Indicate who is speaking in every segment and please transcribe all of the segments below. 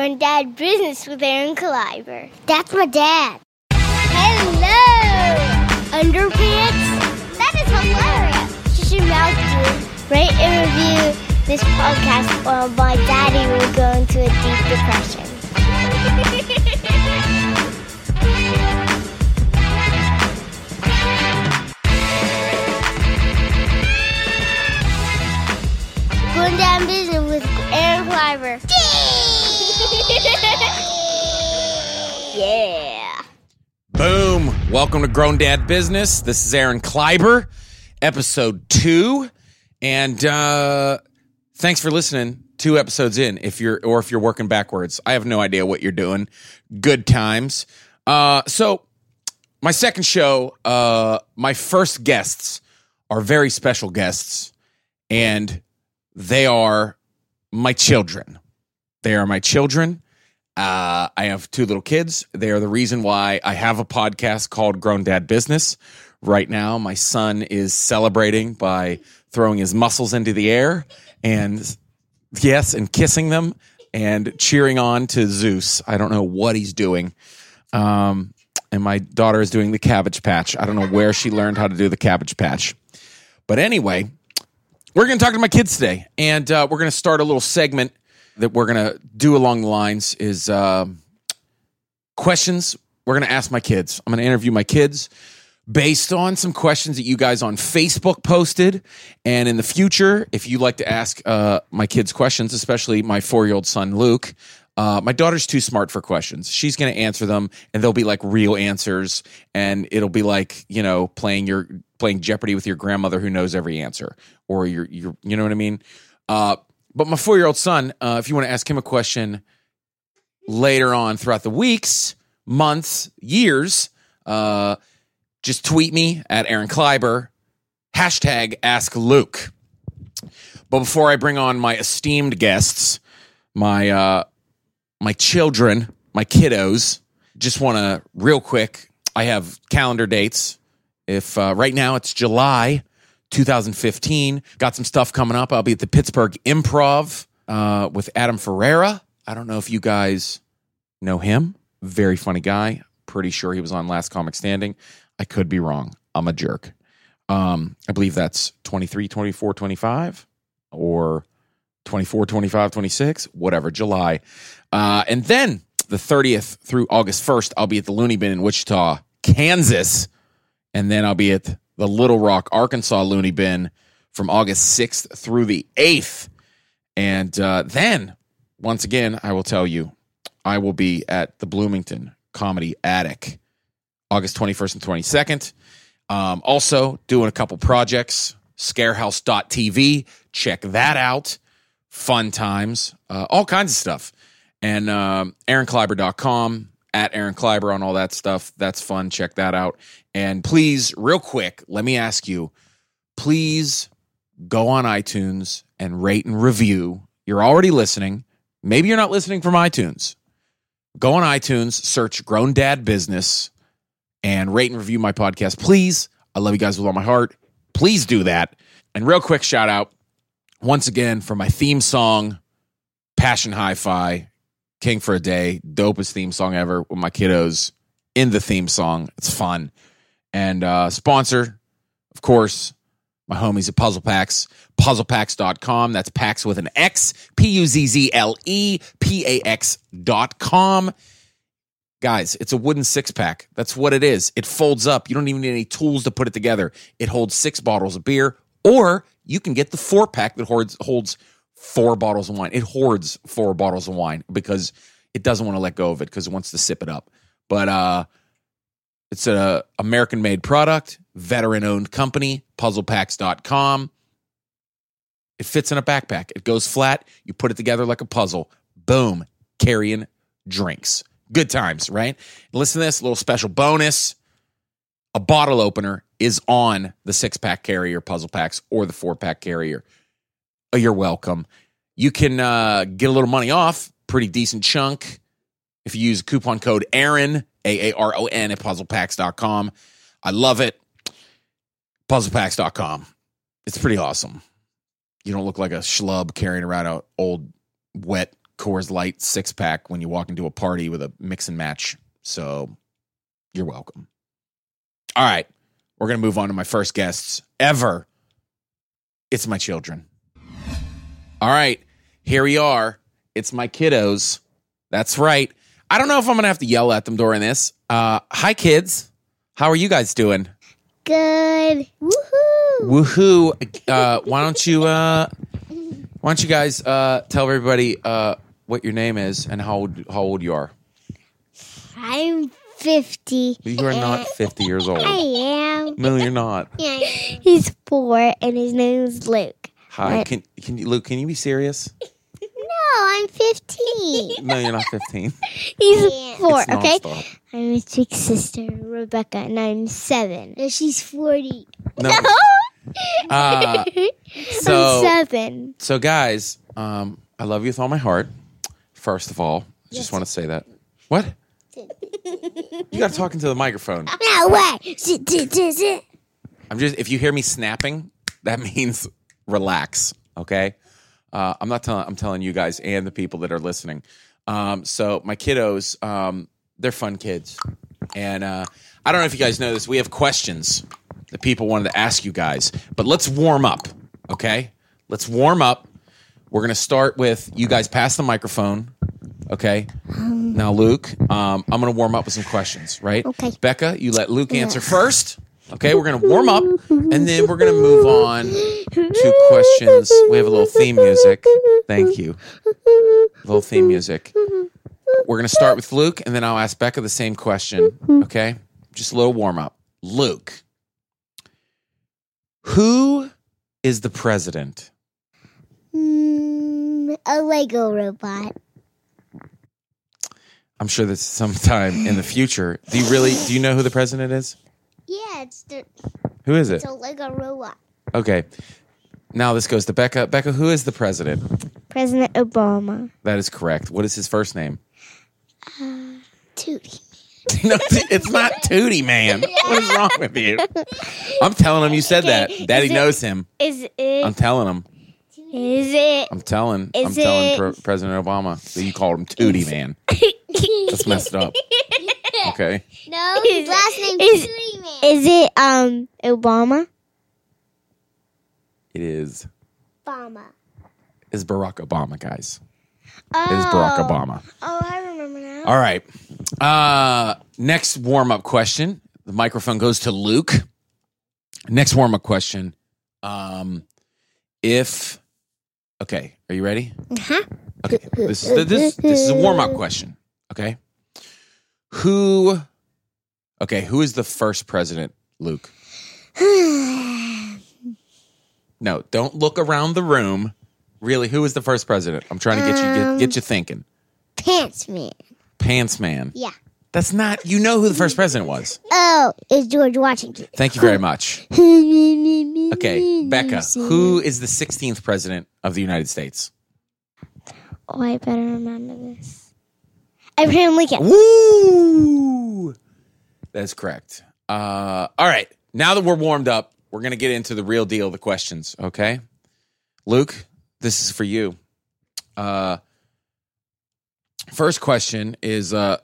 Speaker 1: Granddad Business with Aaron Caliber. That's my dad. Hello! Underpants? That is hilarious! You should mouth to rate and review this podcast or my daddy will go into a deep depression. Granddad Business with Aaron Caliber. yeah.
Speaker 2: Boom. Welcome to Grown Dad Business. This is Aaron Kleiber, episode two. And uh, thanks for listening. Two episodes in, if you're or if you're working backwards. I have no idea what you're doing. Good times. Uh, so my second show, uh, my first guests are very special guests, and they are my children. They are my children. Uh, I have two little kids. They are the reason why I have a podcast called Grown Dad Business. Right now, my son is celebrating by throwing his muscles into the air and, yes, and kissing them and cheering on to Zeus. I don't know what he's doing. Um, and my daughter is doing the cabbage patch. I don't know where she learned how to do the cabbage patch. But anyway, we're going to talk to my kids today, and uh, we're going to start a little segment that we're going to do along the lines is um questions we're going to ask my kids. I'm going to interview my kids based on some questions that you guys on Facebook posted. And in the future, if you like to ask uh, my kids questions, especially my four year old son Luke, uh, my daughter's too smart for questions. She's going to answer them, and they'll be like real answers, and it'll be like you know playing your playing Jeopardy with your grandmother who knows every answer, or your your you know what I mean. Uh, but my four year old son, uh, if you want to ask him a question later on throughout the weeks, months, years, uh, just tweet me at Aaron Kleiber, hashtag ask Luke. But before I bring on my esteemed guests, my uh, my children, my kiddos, just want to real quick. I have calendar dates. If uh, right now it's July 2015, got some stuff coming up. I'll be at the Pittsburgh Improv uh, with Adam Ferreira. I don't know if you guys know him. Very funny guy. Pretty sure he was on Last Comic Standing. I could be wrong. I'm a jerk. Um, I believe that's 23, 24, 25 or 24, 25, 26, whatever, July. Uh, and then the 30th through August 1st, I'll be at the Looney Bin in Wichita, Kansas. And then I'll be at the Little Rock, Arkansas Looney Bin from August 6th through the 8th. And uh, then, once again, I will tell you, I will be at the Bloomington Comedy Attic August 21st and 22nd. Um, also, doing a couple projects, scarehouse.tv. Check that out. Fun times, uh, all kinds of stuff. And um, aaronkleiber.com, at Aaron Kleiber on all that stuff. That's fun. Check that out. And please, real quick, let me ask you please go on iTunes and rate and review. You're already listening. Maybe you're not listening from iTunes. Go on iTunes, search Grown Dad Business, and rate and review my podcast, please. I love you guys with all my heart. Please do that. And real quick shout out once again for my theme song, Passion Hi Fi, King for a Day, dopest theme song ever with my kiddos in the theme song. It's fun. And uh, sponsor, of course, my homies at Puzzle Packs, puzzlepacks.com. That's packs with an X, P U Z Z L E P A X dot com. Guys, it's a wooden six pack. That's what it is. It folds up. You don't even need any tools to put it together. It holds six bottles of beer, or you can get the four pack that hoards, holds four bottles of wine. It hoards four bottles of wine because it doesn't want to let go of it because it wants to sip it up. But uh, it's a American made product, veteran owned company, puzzlepacks.com. It fits in a backpack. It goes flat. You put it together like a puzzle. Boom, carrying drinks. Good times, right? Listen to this little special bonus. A bottle opener is on the six pack carrier puzzle packs or the four pack carrier. Uh, You're welcome. You can uh, get a little money off, pretty decent chunk if you use coupon code Aaron, A A R O N, at puzzlepacks.com. I love it. Puzzlepacks.com. It's pretty awesome. You don't look like a schlub carrying around an old, wet Coors Light six pack when you walk into a party with a mix and match. So you're welcome. All right. We're going to move on to my first guests ever. It's my children. All right. Here we are. It's my kiddos. That's right. I don't know if I'm going to have to yell at them during this. Uh, hi, kids. How are you guys doing?
Speaker 1: Good. Woohoo!
Speaker 2: Woohoo! Uh, why don't you uh, why don't you guys uh, tell everybody uh, what your name is and how old how old you are?
Speaker 1: I'm 50.
Speaker 2: You are not fifty years
Speaker 1: I
Speaker 2: old.
Speaker 1: am.
Speaker 2: No, you're not.
Speaker 1: He's four and his name's Luke.
Speaker 2: Hi, can can you, Luke? Can you be serious?
Speaker 1: No, I'm 15.
Speaker 2: No, you're not fifteen.
Speaker 1: He's four,
Speaker 2: It's
Speaker 1: okay?
Speaker 2: nonstop.
Speaker 1: I'm his big sister, Rebecca, and I'm seven. No, she's 40.
Speaker 2: No. Uh,
Speaker 1: I'm
Speaker 2: so
Speaker 1: seven.
Speaker 2: so guys, um, I love you with all my heart. First of all, I just want to say that. What? You got to talk into the microphone.
Speaker 1: No way! Zit, zit, zit, zit.
Speaker 2: I'm just if you hear me snapping, that means relax. Okay. Uh, I'm not telling. I'm telling you guys and the people that are listening. Um, so my kiddos, um, they're fun kids, and uh, I don't know if you guys know this. We have questions that people wanted to ask you guys, but let's warm up. Okay, let's warm up. We're gonna start with you guys. Pass the microphone. Okay. Now, Luke, um, I'm going to warm up with some questions, right?
Speaker 1: Okay.
Speaker 2: Becca, you let Luke answer first. Okay, we're going to warm up and then we're going to move on to questions. We have a little theme music. Thank you. Little theme music. We're going to start with Luke and then I'll ask Becca the same question. Okay? Just a little warm up. Luke, who is the president?
Speaker 1: Mm, a Lego robot.
Speaker 2: I'm sure that's sometime in the future. Do you really do you know who the president is?
Speaker 1: Yeah, it's, the,
Speaker 2: Who is it?
Speaker 1: it's a Lego robot.
Speaker 2: Okay. Now this goes to Becca. Becca, who is the president?
Speaker 1: President Obama.
Speaker 2: That is correct. What is his first name?
Speaker 1: Tootie.
Speaker 2: no, it's not Tootie, man. What is wrong with you? I'm telling him you said that.
Speaker 1: Okay,
Speaker 2: Daddy
Speaker 1: is it-
Speaker 2: knows him.
Speaker 1: Is it?
Speaker 2: I'm telling him.
Speaker 1: Is it?
Speaker 2: I'm telling. I'm
Speaker 1: Is
Speaker 2: telling
Speaker 1: it-
Speaker 2: Pre- President Obama that you called him Tootie, man. That's messed up. Okay.
Speaker 1: No, his last name is Is it um Obama?
Speaker 2: It is.
Speaker 1: Obama.
Speaker 2: Is Barack Obama, guys?
Speaker 1: Oh.
Speaker 2: It is Barack Obama.
Speaker 1: Oh, I remember now.
Speaker 2: All right. Uh, next warm up question. The microphone goes to Luke. Next warm up question. Um, if okay, are you ready?
Speaker 1: Uh-huh.
Speaker 2: Okay. This is the, this this is a warm up question. Okay. Who? Okay. Who is the first president, Luke? No, don't look around the room. Really, who is the first president? I'm trying to get you get,
Speaker 1: Um,
Speaker 2: get you thinking.
Speaker 1: Pants man.
Speaker 2: Pants man.
Speaker 1: Yeah.
Speaker 2: That's not. You know who the first president was.
Speaker 1: Oh, it's George Washington.
Speaker 2: Thank you very much.
Speaker 1: okay,
Speaker 2: Okay, Becca, who is the 16th president of the United States?
Speaker 1: Oh, I better remember this. Abraham Lincoln.
Speaker 2: Woo! That's correct. Uh, all right. Now that we're warmed up, we're going to get into the real deal, the questions, okay? Luke, this is for you. Uh, first question is uh,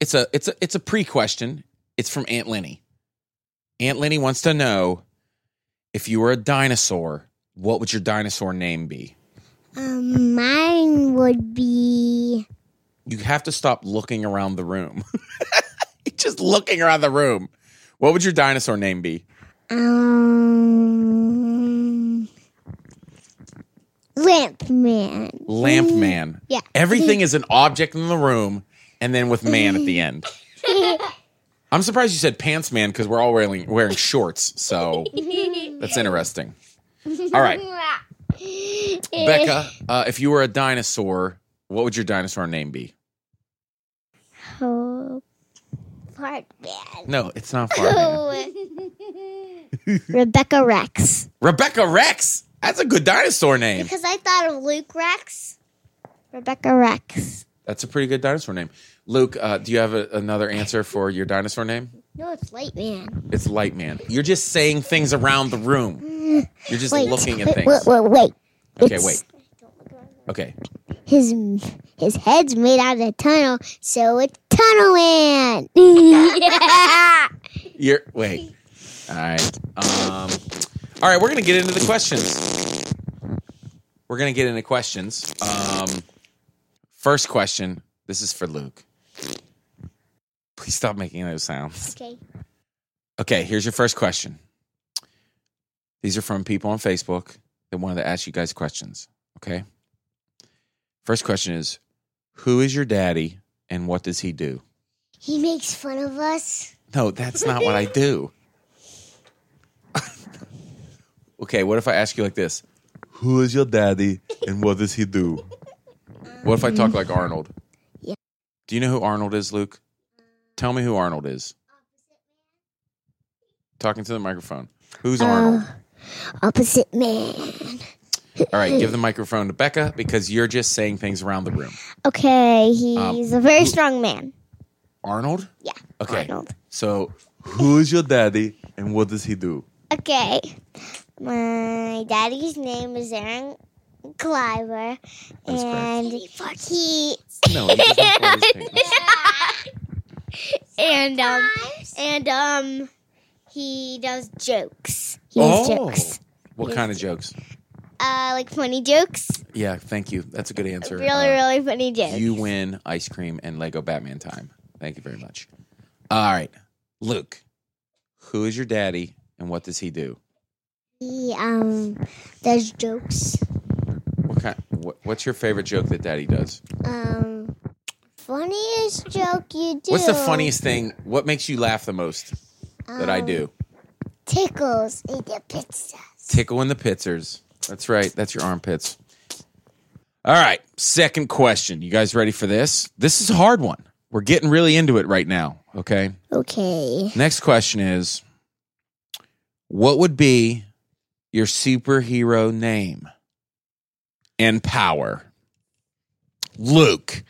Speaker 2: it's a it's a it's a pre question. It's from Aunt Lenny. Aunt Lenny wants to know if you were a dinosaur, what would your dinosaur name be?
Speaker 1: Um, mine would be
Speaker 2: You have to stop looking around the room. Just looking around the room. What would your dinosaur name be?
Speaker 1: um lamp man.
Speaker 2: Lamp Man.
Speaker 1: Mm, Yeah.
Speaker 2: Everything is an object in the room and then with man at the end. I'm surprised you said pants man because we're all wearing, wearing shorts. So that's interesting. All right. Becca, uh, if you were a dinosaur, what would your dinosaur name be?
Speaker 1: Oh, Park man.
Speaker 2: No, it's not far. man.
Speaker 1: Rebecca Rex.
Speaker 2: Rebecca Rex. That's a good dinosaur name.
Speaker 1: Because I thought of Luke Rex. Rebecca Rex.
Speaker 2: That's a pretty good dinosaur name. Luke, uh, do you have a, another answer for your dinosaur name?
Speaker 1: No, it's Light Man.
Speaker 2: It's Lightman. You're just saying things around the room. You're just looking at
Speaker 1: wait,
Speaker 2: things.
Speaker 1: Wait, wait, wait.
Speaker 2: Okay,
Speaker 1: It's
Speaker 2: wait. Okay.
Speaker 1: His His head's made out of tunnel, so it's Tunnel Man. yeah.
Speaker 2: You're wait. All right. Um, all right. We're gonna get into the questions. We're gonna get into questions. Um, first question. This is for Luke. Please stop making those sounds.
Speaker 1: Okay.
Speaker 2: Okay. Here's your first question. These are from people on Facebook that wanted to ask you guys questions. Okay. First question is, who is your daddy and what does he do?
Speaker 1: He makes fun of us.
Speaker 2: No, that's not what I do. okay, what if I ask you like this? Who is your daddy and what does he do? What if I talk like Arnold?
Speaker 1: Yeah.
Speaker 2: Do you know who Arnold is, Luke? Tell me who Arnold is. Talking to the microphone. Who's
Speaker 1: Um,
Speaker 2: Arnold?
Speaker 1: Uh, Opposite man.
Speaker 2: All right, give the microphone to Becca because you're just saying things around the room.
Speaker 1: Okay,
Speaker 2: Um,
Speaker 1: he's a very strong man.
Speaker 2: Arnold?
Speaker 1: Yeah.
Speaker 2: Okay.
Speaker 1: Arnold.
Speaker 2: So, who is your daddy and what does he do?
Speaker 1: Okay. My daddy's name is Aaron Kleiber,
Speaker 2: That's great.
Speaker 1: and he
Speaker 2: No, he doesn't play his pictures.
Speaker 1: and um and um he does jokes. He does
Speaker 2: Oh.
Speaker 1: jokes.
Speaker 2: What
Speaker 1: Yes.
Speaker 2: kind of jokes?
Speaker 1: Uh, like funny jokes.
Speaker 2: Yeah, thank you. That's a good answer.
Speaker 1: Really,
Speaker 2: Uh,
Speaker 1: really funny jokes.
Speaker 2: You win ice cream and Lego Batman time. Thank you very much. All right, Luke, who is your daddy and what does he do?
Speaker 1: he um does jokes.
Speaker 2: What kind? What, what's your favorite joke that daddy does?
Speaker 1: Um, funniest joke you do.
Speaker 2: What's the funniest thing? What makes you laugh the most that I
Speaker 1: Um,
Speaker 2: do?
Speaker 1: Tickles eat the pizzas.
Speaker 2: Tickle in the pizzers. That's right. That's your armpits. All right. Second question. You guys ready for this? This is a hard one. We're getting really into it right now. Okay.
Speaker 1: Okay.
Speaker 2: Next question is What would be your superhero name and power? Luke,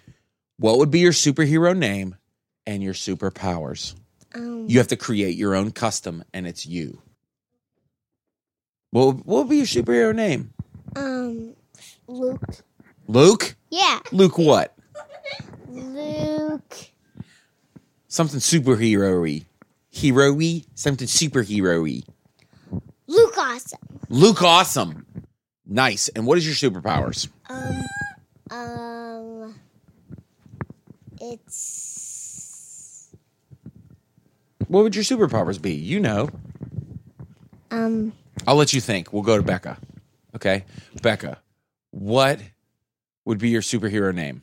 Speaker 2: what would be your superhero name and your superpowers?
Speaker 1: Um,
Speaker 2: You have to create your own custom and it's you. What would, what would be your superhero name?
Speaker 1: um, Luke.
Speaker 2: Luke?
Speaker 1: Yeah,
Speaker 2: Luke what?
Speaker 1: Luke.
Speaker 2: Something superhero-y. Hero-y? Something superhero-y.
Speaker 1: Luke awesome.
Speaker 2: Luke Awesome. Nice. And what is your superpowers?
Speaker 1: Um, um, it's
Speaker 2: What would your superpowers be? You know.
Speaker 1: um
Speaker 2: I'll let you think. We'll go to Becca. Okay. Becca, what would be your superhero name?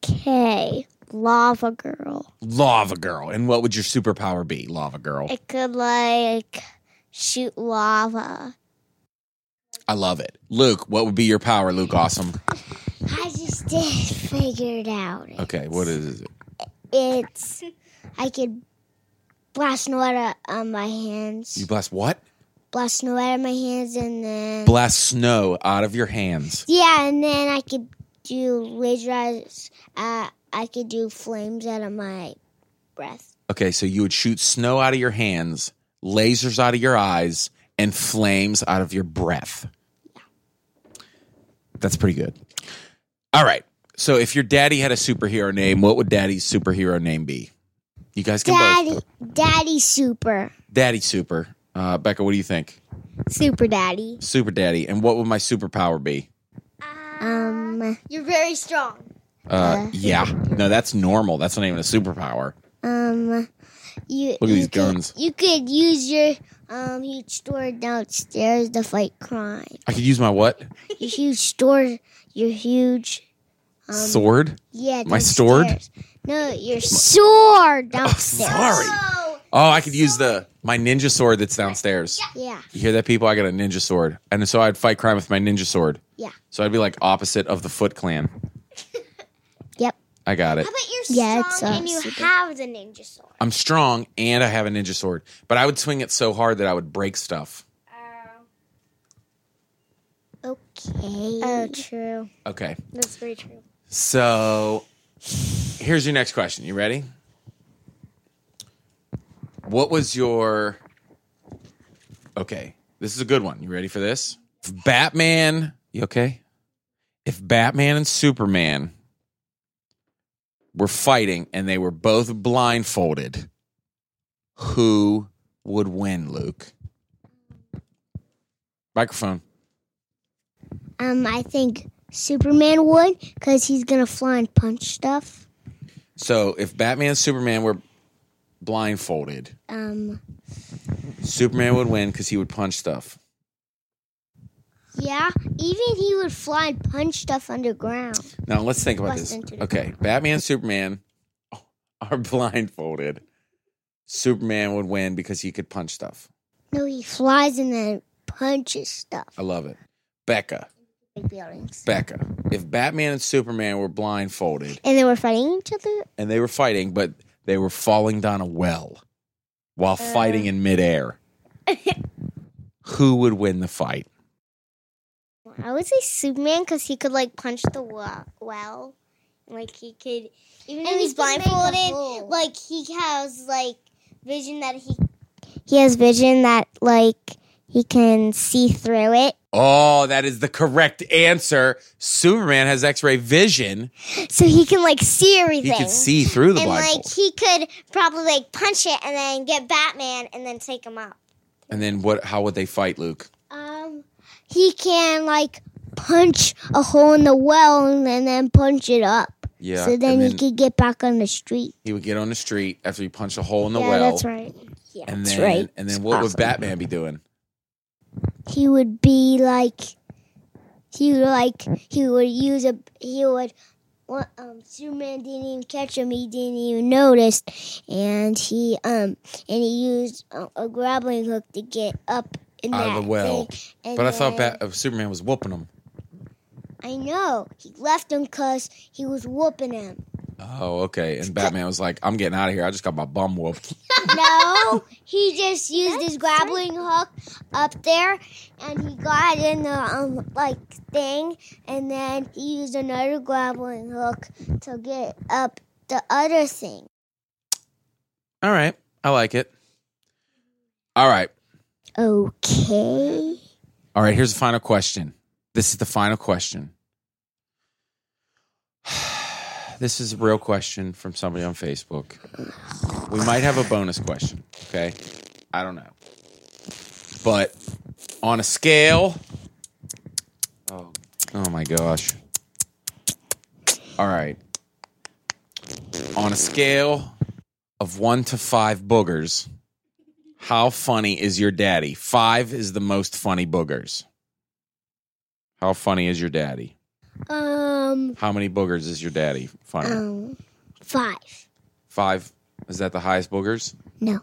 Speaker 1: K lava girl.
Speaker 2: Lava Girl. And what would your superpower be, Lava Girl?
Speaker 1: It could like shoot lava.
Speaker 2: I love it. Luke, what would be your power, Luke Awesome?
Speaker 1: I just did figure it out.
Speaker 2: Okay. What is it?
Speaker 1: It's I could blast snow out of um, my hands.
Speaker 2: You blast what?
Speaker 1: blast snow out of my hands and then
Speaker 2: Blast snow out of your hands.
Speaker 1: yeah, and then I could do laser eyes. Uh, I could do flames out of my breath.
Speaker 2: Okay. So you would shoot snow out of your hands, lasers out of your eyes, and flames out of your breath. That's pretty good. All right. So if your daddy had a superhero name, what would daddy's superhero name be? You guys can
Speaker 1: Daddy,
Speaker 2: both.
Speaker 1: Daddy Super,
Speaker 2: Daddy Super. Uh, Becca, what do you think?
Speaker 1: Super Daddy.
Speaker 2: Super Daddy. And what would my superpower be?
Speaker 1: Um, you're very strong.
Speaker 2: Uh, yeah. No, that's normal. That's not even a superpower.
Speaker 1: Um, you
Speaker 2: Look at
Speaker 1: you
Speaker 2: these
Speaker 1: could-
Speaker 2: guns.
Speaker 1: You could use your um huge store downstairs to fight crime.
Speaker 2: I could use my what?
Speaker 1: Your huge store, your huge Um,
Speaker 2: Sword?
Speaker 1: yeah.
Speaker 2: My Oh, sword?
Speaker 1: downstairs. No, your sword downstairs.
Speaker 2: Sorry. Oh, I could use the my ninja sword that's downstairs.
Speaker 1: Yeah,
Speaker 2: You hear that, people? I got a ninja sword. And so I'd fight crime with my ninja sword.
Speaker 1: yeah.
Speaker 2: So I'd be like opposite of the Foot Clan.
Speaker 1: Yep.
Speaker 2: I got it.
Speaker 3: But you're
Speaker 1: Yeah, it's,
Speaker 3: strong
Speaker 1: uh,
Speaker 3: and you
Speaker 1: super-
Speaker 3: have the ninja sword.
Speaker 2: I'm strong and I have a ninja sword, but I would swing it so hard that I would break stuff.
Speaker 1: Okay. Oh, true.
Speaker 2: Okay.
Speaker 3: That's very true.
Speaker 2: So here's your next question. You ready? What was your. Okay. This is a good one. You ready for this? If Batman. You okay? If Batman and Superman were fighting and they were both blindfolded, who would win, Luke? Microphone.
Speaker 1: Um, I think Superman would because he's gonna fly and punch stuff.
Speaker 2: So if Batman and Superman were blindfolded,
Speaker 1: Um,
Speaker 2: Superman would win because he would punch stuff.
Speaker 1: yeah, even he would fly and punch stuff underground.
Speaker 2: Now let's think about
Speaker 1: Less
Speaker 2: this.
Speaker 1: than two to
Speaker 2: Okay, Batman, Superman are blindfolded. Superman would win because he could punch stuff.
Speaker 1: No, he flies and then punches stuff.
Speaker 2: I love it. Becca,
Speaker 1: Big buildings.
Speaker 2: Becca. If Batman and Superman were blindfolded
Speaker 1: And they were fighting each other.
Speaker 2: and they were fighting, but they were falling down a well while
Speaker 1: Uh.
Speaker 2: fighting in midair, who would win the fight?
Speaker 1: I would say Superman because he could like punch the wa- well, like he could. Even
Speaker 3: And
Speaker 1: if
Speaker 3: he
Speaker 1: he's
Speaker 3: could make a
Speaker 1: blindfolded,
Speaker 3: hole.
Speaker 1: like he has like vision that he he has vision that like he can see through it.
Speaker 2: Oh, that is the correct answer. Superman has x ray vision.
Speaker 1: so he can like see everything.
Speaker 2: He can see through the
Speaker 1: and
Speaker 2: blindfold.
Speaker 1: like he could probably like punch it and then get Batman and then take him out.
Speaker 2: and then what? how would they fight, Luke?
Speaker 1: Um, he can like punch a hole in the well and then, then punch it up.
Speaker 2: Yeah.
Speaker 1: so then,
Speaker 2: and
Speaker 1: he could get back on the street.
Speaker 2: he would get on the street after he punched a hole in the
Speaker 1: yeah,
Speaker 2: well.
Speaker 1: that's right. Yeah,
Speaker 2: And
Speaker 1: that's
Speaker 2: then,
Speaker 1: right.
Speaker 2: and then what would
Speaker 1: awesome.
Speaker 2: Batman be doing?
Speaker 1: He would be like, he would like he would use a he would. What, um, Superman didn't even catch him. He didn't even notice, and he um and he used a, a grappling hook to get up in
Speaker 2: Out of
Speaker 1: that
Speaker 2: the well.
Speaker 1: thing, and
Speaker 2: But I thought
Speaker 1: then-
Speaker 2: Bat- uh, Superman was whooping him.
Speaker 1: I know he left him because he was whooping him.
Speaker 2: Oh, okay. And Batman was like, I'm getting out of here. I just got my bum whooped.
Speaker 1: no, he just used his grappling hook up there, and he got in the um like thing, and then he used another grappling hook to get up the other thing.
Speaker 2: All right. I like it. All right.
Speaker 1: Okay.
Speaker 2: All right. Here's the final question. This is the final question. This is a real question from somebody on Facebook. We might have a bonus question. Okay. I don't know. But on a scale. Oh, oh my gosh. All right. On a scale of one to five boogers, how funny is your daddy? Five is the most funny boogers. How funny is your daddy?
Speaker 1: Um.
Speaker 2: How many boogers is your daddy funny?
Speaker 1: Um. Five.
Speaker 2: Five. Is that the highest boogers?
Speaker 1: No.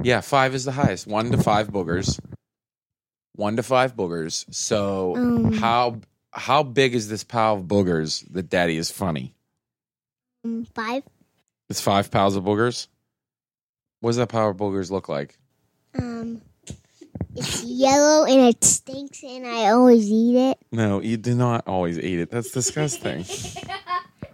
Speaker 2: Yeah, five is the highest. One to five boogers. One to five boogers. So
Speaker 1: Um.
Speaker 2: how how big is this pile of boogers that daddy is funny?
Speaker 1: Um, Five.
Speaker 2: It's five piles of boogers? What does that pile of boogers look like?
Speaker 1: Um. It's yellow and it stinks, and I always eat it.
Speaker 2: No, you do not always eat it. That's disgusting.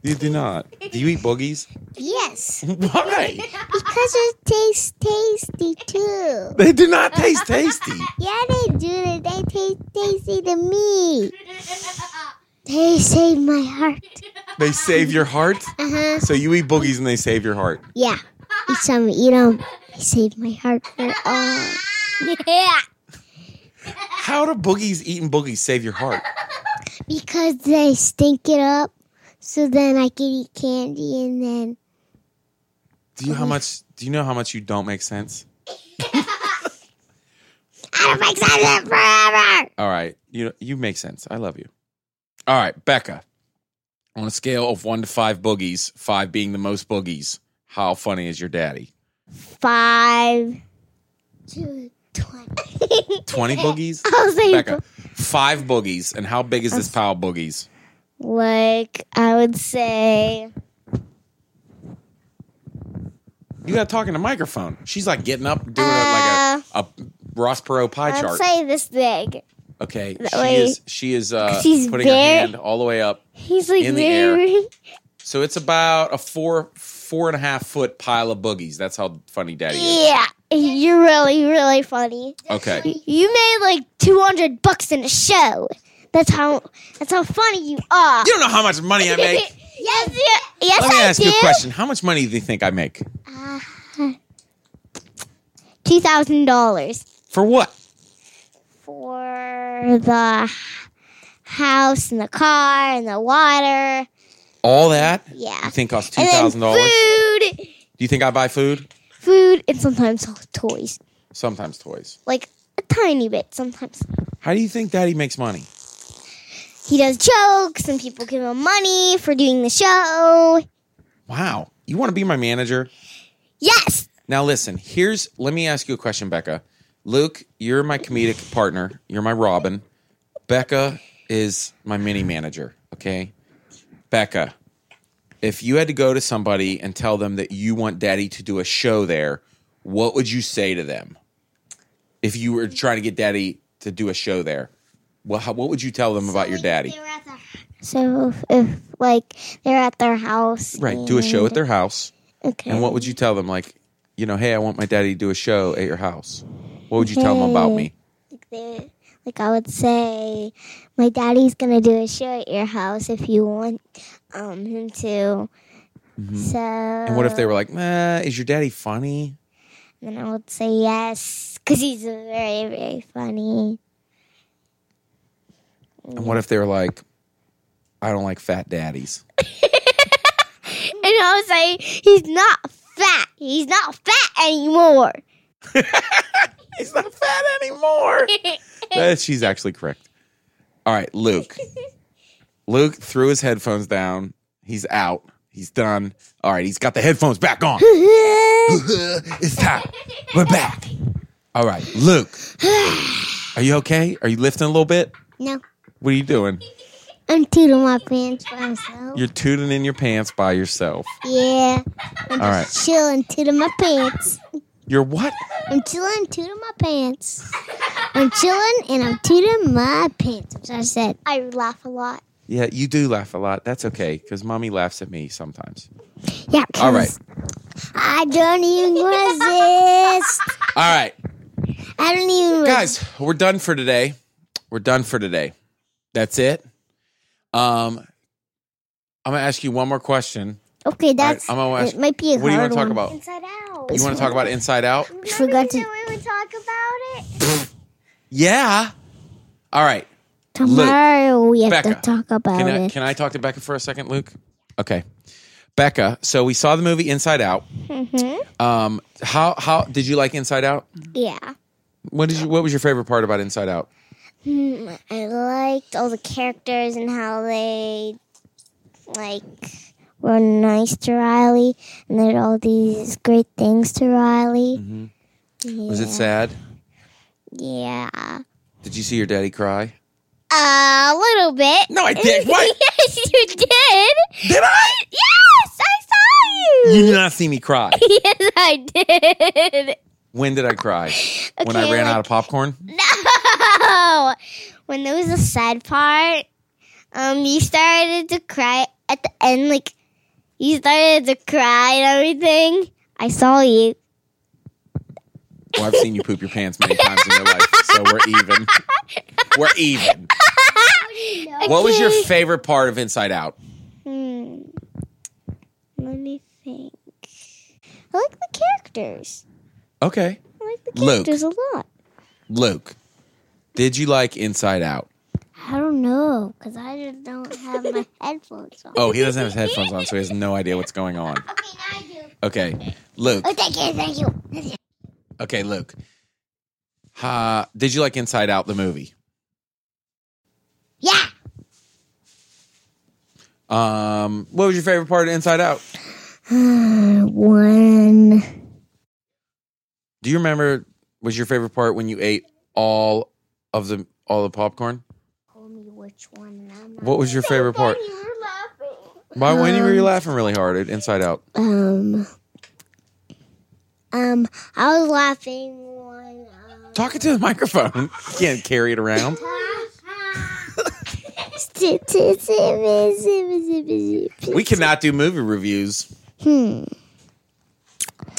Speaker 2: you do not. Do you eat boogies?
Speaker 1: Yes,
Speaker 2: Why?
Speaker 1: because it tastes tasty too.
Speaker 2: They do not taste tasty.
Speaker 1: Yeah, they do. They taste tasty to me. They save my heart.
Speaker 2: They save your heart.
Speaker 1: Uh huh.
Speaker 2: So you eat boogies and they save your heart.
Speaker 1: Yeah. Each time I eat them, they save my heart for all. Yeah.
Speaker 2: How do boogies eating boogies save your heart?
Speaker 1: Because they stink it up, so then I can eat candy and then.
Speaker 2: Do you how much do you know how much you don't make sense?
Speaker 1: I don't make sense forever!
Speaker 2: All right. You you make sense. I love you. All right, Becca. On a scale of 1 to 5 boogies, 5 being the most boogies, how funny is your daddy?
Speaker 1: Five. Two. Twenty.
Speaker 2: 20 boogies?
Speaker 1: I'll say
Speaker 2: Becca, 5 boogies and how big is this pile of boogies?
Speaker 1: Like, I would say.
Speaker 2: You got to talk in the microphone. She's like getting up doing a,
Speaker 1: Uh,
Speaker 2: like a, a Ross Perot pie
Speaker 1: I'd
Speaker 2: chart.
Speaker 1: say this big.
Speaker 2: Okay,
Speaker 1: That
Speaker 2: she
Speaker 1: way-
Speaker 2: is she is uh,
Speaker 1: She's
Speaker 2: putting her
Speaker 1: very-
Speaker 2: hand all the way up.
Speaker 1: He's like
Speaker 2: In the air.
Speaker 1: very-
Speaker 2: So it's about a four four and a half foot pile of boogies. That's how funny Daddy is.
Speaker 1: Yeah, you're really, really funny.
Speaker 2: Okay,
Speaker 1: You made like 200 bucks in a show. That's how that's how funny you are.
Speaker 2: you don't know how much money I make.
Speaker 1: Yes, yes, yes
Speaker 2: Let me
Speaker 1: I
Speaker 2: ask
Speaker 1: do.
Speaker 2: you a question. How much money do you think I make?
Speaker 1: Two thousand dollars
Speaker 2: For what?
Speaker 1: for the house and the car and the water.
Speaker 2: All that?
Speaker 1: Yeah.
Speaker 2: You think costs two
Speaker 1: And then
Speaker 2: thousand dollars?
Speaker 1: Food,
Speaker 2: Do you think I buy food?
Speaker 1: food, and sometimes toys.
Speaker 2: Sometimes toys.
Speaker 1: Like a tiny bit. Sometimes
Speaker 2: How do you think Daddy makes money?
Speaker 1: he does jokes, and people give him money for doing the show.
Speaker 2: Wow. You want to be my manager?
Speaker 1: Yes.
Speaker 2: Now listen, here's let me ask you a question, Becca. Luke, you're my comedic partner. You're my Robin. Becca is my mini manager, okay? Becca, if you had to go to somebody and tell them that you want daddy to do a show there, what would you say to them? If you were trying to get daddy to do a show there, well, how, what would you tell them about your daddy?
Speaker 1: So if, if like they're at their house,
Speaker 2: Right, do a show at their house.
Speaker 1: Okay.
Speaker 2: And what would you tell them? Like, you know, hey, I want my daddy to do a show at your house. What would you tell them about me?
Speaker 1: They- like I would say, my daddy's gonna do a show at your house if you want um him to. So
Speaker 2: Mm-hmm. And what if they were like, "Nah, is your daddy funny?"
Speaker 1: then I would say yes because he's very very funny.
Speaker 2: And what if they were like, "I don't like fat daddies."
Speaker 1: And I would say he's not fat. He's not fat anymore.
Speaker 2: He's not fat anymore. Uh, She's actually correct. All right, Luke. Luke threw his headphones down. He's out. He's done. All right, he's got the headphones back on. it's time. We're back. All right, Luke. Are you okay? Are you lifting a little bit?
Speaker 1: no,
Speaker 2: What are you doing?
Speaker 1: I'm tooting my pants by myself.
Speaker 2: You're tooting in your pants by yourself.
Speaker 1: yeah, I'm
Speaker 2: All
Speaker 1: just chilling, tooting my pants.
Speaker 2: You're what?
Speaker 1: I'm chilling, tooting my pants. I'm chilling and I'm tooting my pants, which I said. I laugh a lot.
Speaker 2: Yeah, you do laugh a lot. That's okay because mommy laughs at me sometimes.
Speaker 1: Yeah. 'cause
Speaker 2: All right.
Speaker 1: I don't even resist.
Speaker 2: All right,
Speaker 1: I don't even resist.
Speaker 2: guys, we're done for today. We're done for today. That's it. Um, I'm gonna ask you one more question.
Speaker 1: Okay, that's.
Speaker 2: I'm gonna ask-
Speaker 1: it might be a
Speaker 2: What do you
Speaker 1: hard
Speaker 2: want to talk
Speaker 1: one.
Speaker 2: about?
Speaker 3: Inside out.
Speaker 2: You want to talk about Inside Out?
Speaker 3: Remember
Speaker 1: forgot to-
Speaker 3: that we would talk about it?
Speaker 2: Yeah. All right.
Speaker 1: Tomorrow we have
Speaker 2: Becca,
Speaker 1: to talk about
Speaker 2: Can I,
Speaker 1: it.
Speaker 2: can I talk to Becca for a second, Luke? Okay. Becca, so we saw the movie Inside Out.
Speaker 1: Mm-hmm.
Speaker 2: Um, how how did you like Inside Out?
Speaker 1: yeah.
Speaker 2: What did you? What was your favorite part about Inside Out?
Speaker 1: Mm, I liked all the characters and how they like were nice to Riley and did all these great things to Riley. Yeah.
Speaker 2: Was it sad?
Speaker 1: Yeah.
Speaker 2: Did you see your daddy cry?
Speaker 1: A little bit.
Speaker 2: No, I did. What?
Speaker 1: yes, you did.
Speaker 2: Did I?
Speaker 1: Yes, I saw
Speaker 2: You
Speaker 1: you.
Speaker 2: did not see me cry.
Speaker 1: yes, I did.
Speaker 2: When did I cry? when I
Speaker 1: Okay,
Speaker 2: ran
Speaker 1: like-
Speaker 2: out of popcorn?
Speaker 1: No. When there was a sad part, um, you started to cry at the end. Like you started to cry and everything. I saw you.
Speaker 2: Well, I've seen you poop your pants many times in your life, so we're even. We're even. What was your
Speaker 1: Okay.
Speaker 2: favorite part of Inside Out?
Speaker 1: Hmm. Let me think. I like the characters.
Speaker 2: Okay.
Speaker 1: I like the
Speaker 2: Luke.
Speaker 1: characters a lot.
Speaker 2: Luke, did you like Inside Out?
Speaker 1: I don't know, cause I just don't have my headphones on.
Speaker 2: Oh, he doesn't have his headphones on, so he has no idea what's going on.
Speaker 1: Okay, now I do.
Speaker 2: Okay. Luke.
Speaker 1: Oh, thank you, thank you.
Speaker 2: Okay, Luke. Uh, did you like Inside Out, the movie?
Speaker 1: Yeah,
Speaker 2: Um, what was your favorite part of Inside Out?
Speaker 1: one.
Speaker 2: Do you remember was your favorite part when you ate all of the all the popcorn?
Speaker 1: Tell me which one.
Speaker 2: What was your favorite part?
Speaker 3: You were laughing.
Speaker 2: Why when were you laughing really hard at Inside Out?
Speaker 1: Um, um, I was laughing when. Um,
Speaker 2: Talking to the microphone. Can't carry it around.
Speaker 1: zip, zip, zip, zip, zip, zip, zip.
Speaker 2: We cannot do movie reviews.
Speaker 1: Hmm.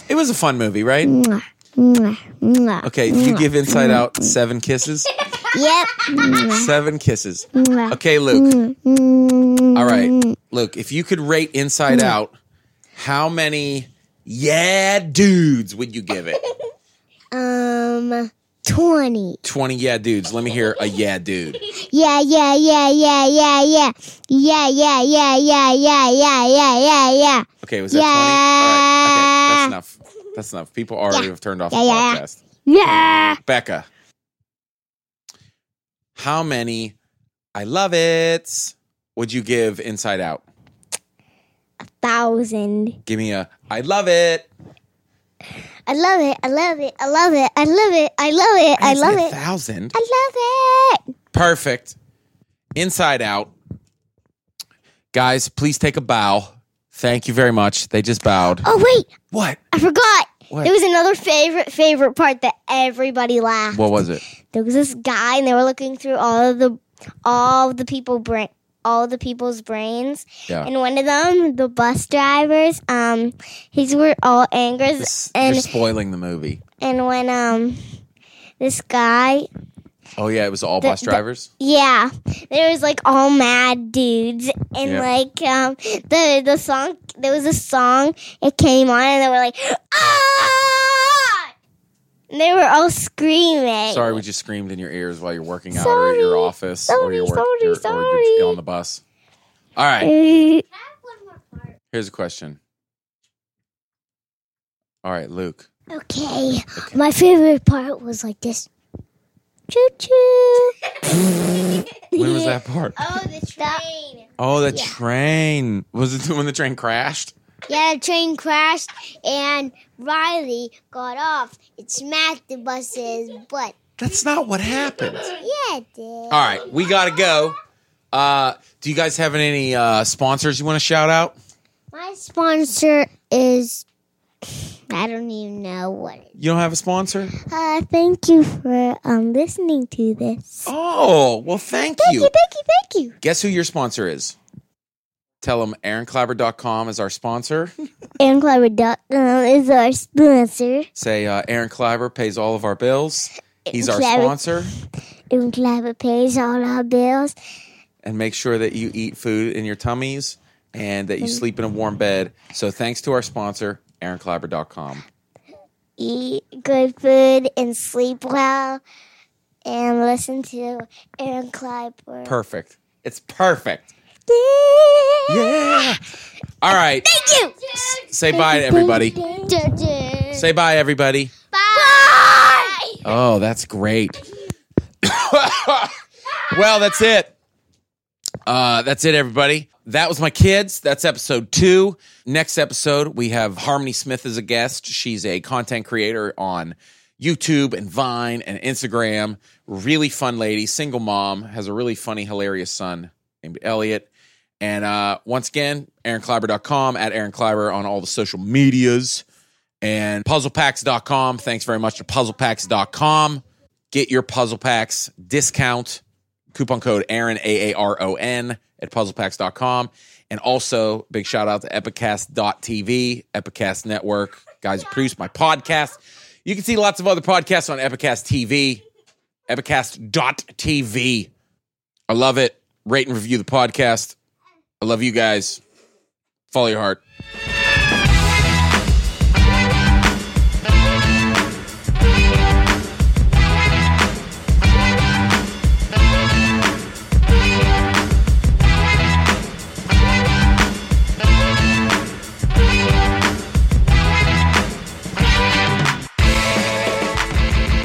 Speaker 2: It was a fun movie, right?
Speaker 1: Mwah, mwah, mwah.
Speaker 2: Okay, if you give Inside Out seven kisses,
Speaker 3: Yep.
Speaker 2: Seven kisses. Okay, Luke.
Speaker 1: Mm-hmm.
Speaker 2: All right. Luke, if you could rate
Speaker 3: Mm.
Speaker 2: Inside Out, how many yeah dudes would you give it?
Speaker 3: Um, 20.
Speaker 2: 20 yeah dudes. Let me hear a yeah dude.
Speaker 3: Yeah, yeah, yeah, yeah, yeah, yeah. Yeah, yeah, yeah, yeah, yeah, yeah, yeah, yeah, yeah.
Speaker 2: Okay, was that 20? All right. Okay, that's enough. That's enough. People already have turned off
Speaker 3: Yeah,
Speaker 2: the
Speaker 3: yeah, yeah.
Speaker 2: podcast.
Speaker 3: Yeah.
Speaker 2: Becca, how many I love it would you give Inside Out?
Speaker 3: Thousand.
Speaker 2: Give me a I love it.
Speaker 3: I love it. I love it. I love it. I love it. I love it. I
Speaker 2: didn't say
Speaker 3: love
Speaker 2: a
Speaker 3: it.
Speaker 2: Thousand.
Speaker 3: I love it.
Speaker 2: Perfect. Inside Out. Guys, please take a bow. Thank you very much. They just bowed.
Speaker 3: Oh, wait.
Speaker 2: What?
Speaker 3: I forgot.
Speaker 2: What?
Speaker 3: There was another favorite, favorite part that everybody laughed.
Speaker 2: What was it?
Speaker 3: There was this guy, and they were looking through all of the, all of the people brain, all the people's brains,
Speaker 2: Yeah.
Speaker 3: and one of them, the bus drivers, um, his were all angers,
Speaker 2: This-
Speaker 3: and
Speaker 2: You're spoiling the movie.
Speaker 3: and when um, this guy,
Speaker 2: Oh yeah, it was all bus drivers.
Speaker 3: yeah, there was like all mad dudes, and
Speaker 2: Yeah.
Speaker 3: like um, the the song, there was a song, it came on, and they were like, ah, and they were all screaming.
Speaker 2: sorry, we just screamed in your ears while you're working out or at
Speaker 3: Sorry.
Speaker 2: your office or
Speaker 3: Sorry,
Speaker 2: you're
Speaker 3: sorry,
Speaker 2: working or
Speaker 3: sorry.
Speaker 2: you're on the bus. All right.
Speaker 4: I have one more part.
Speaker 2: Here's a question. All right, Luke.
Speaker 3: Okay. My favorite part was like this. Choo choo.
Speaker 2: When was that part?
Speaker 4: Oh, the train.
Speaker 2: Oh, the train. Was it when the train crashed?
Speaker 3: Yeah, the train crashed and Riley got off. It smacked the bus's butt.
Speaker 2: That's not what happened.
Speaker 3: Yeah, it did.
Speaker 2: All right, we gotta go. Uh, do you guys have any uh, sponsors you want to shout out?
Speaker 3: My sponsor is. I don't even know what it is.
Speaker 2: You don't have a sponsor?
Speaker 3: Uh, thank you for um listening to this.
Speaker 2: Oh, well, thank you.
Speaker 3: Thank you, thank you.
Speaker 2: Guess who your sponsor is? Tell them AaronClabber.com is our sponsor.
Speaker 3: And Clever Duck um, is our sponsor.
Speaker 2: Say uh, Aaron Clabber pays all of our bills. He's our
Speaker 3: Clabber.
Speaker 2: sponsor.
Speaker 3: And Clever pays all our bills.
Speaker 2: and make sure that you eat food in your tummies and that you
Speaker 3: Mm-hmm.
Speaker 2: sleep in a warm bed. So thanks to our sponsor, AaronClabber.com.
Speaker 3: eat good food and sleep well and listen to Aaron Kleiber.
Speaker 2: Perfect. It's perfect.
Speaker 3: Yeah.
Speaker 2: Yeah. All right.
Speaker 3: Thank you.
Speaker 2: Say bye to everybody. Say bye, everybody.
Speaker 4: Bye.
Speaker 2: Oh, that's great. well, that's it. Uh, that's it, everybody. That was my kids. That's episode two. Next episode, we have Harmony Smith as a guest. She's a content creator on YouTube and Vine and Instagram. Really fun lady, single mom, has a really funny, hilarious son named Elliot. And uh, once again, AaronKleiber.com at Aaron Kleiber on all the social medias and puzzlepacks.com. Thanks very much to puzzlepacks.com. Get your puzzle packs discount coupon code Aaron A A R O N at puzzlepacks.com. And also, big shout out to epicast.tv, Epicast Network. Guys who produce my podcast. You can see lots of other podcasts on Epicast TV, epicast.tv. I love it. Rate and review the podcast. I love you guys. Follow your heart.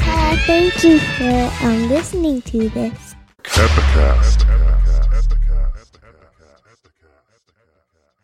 Speaker 3: Uh, thank you for um, listening to this. um,
Speaker 5: Epicast.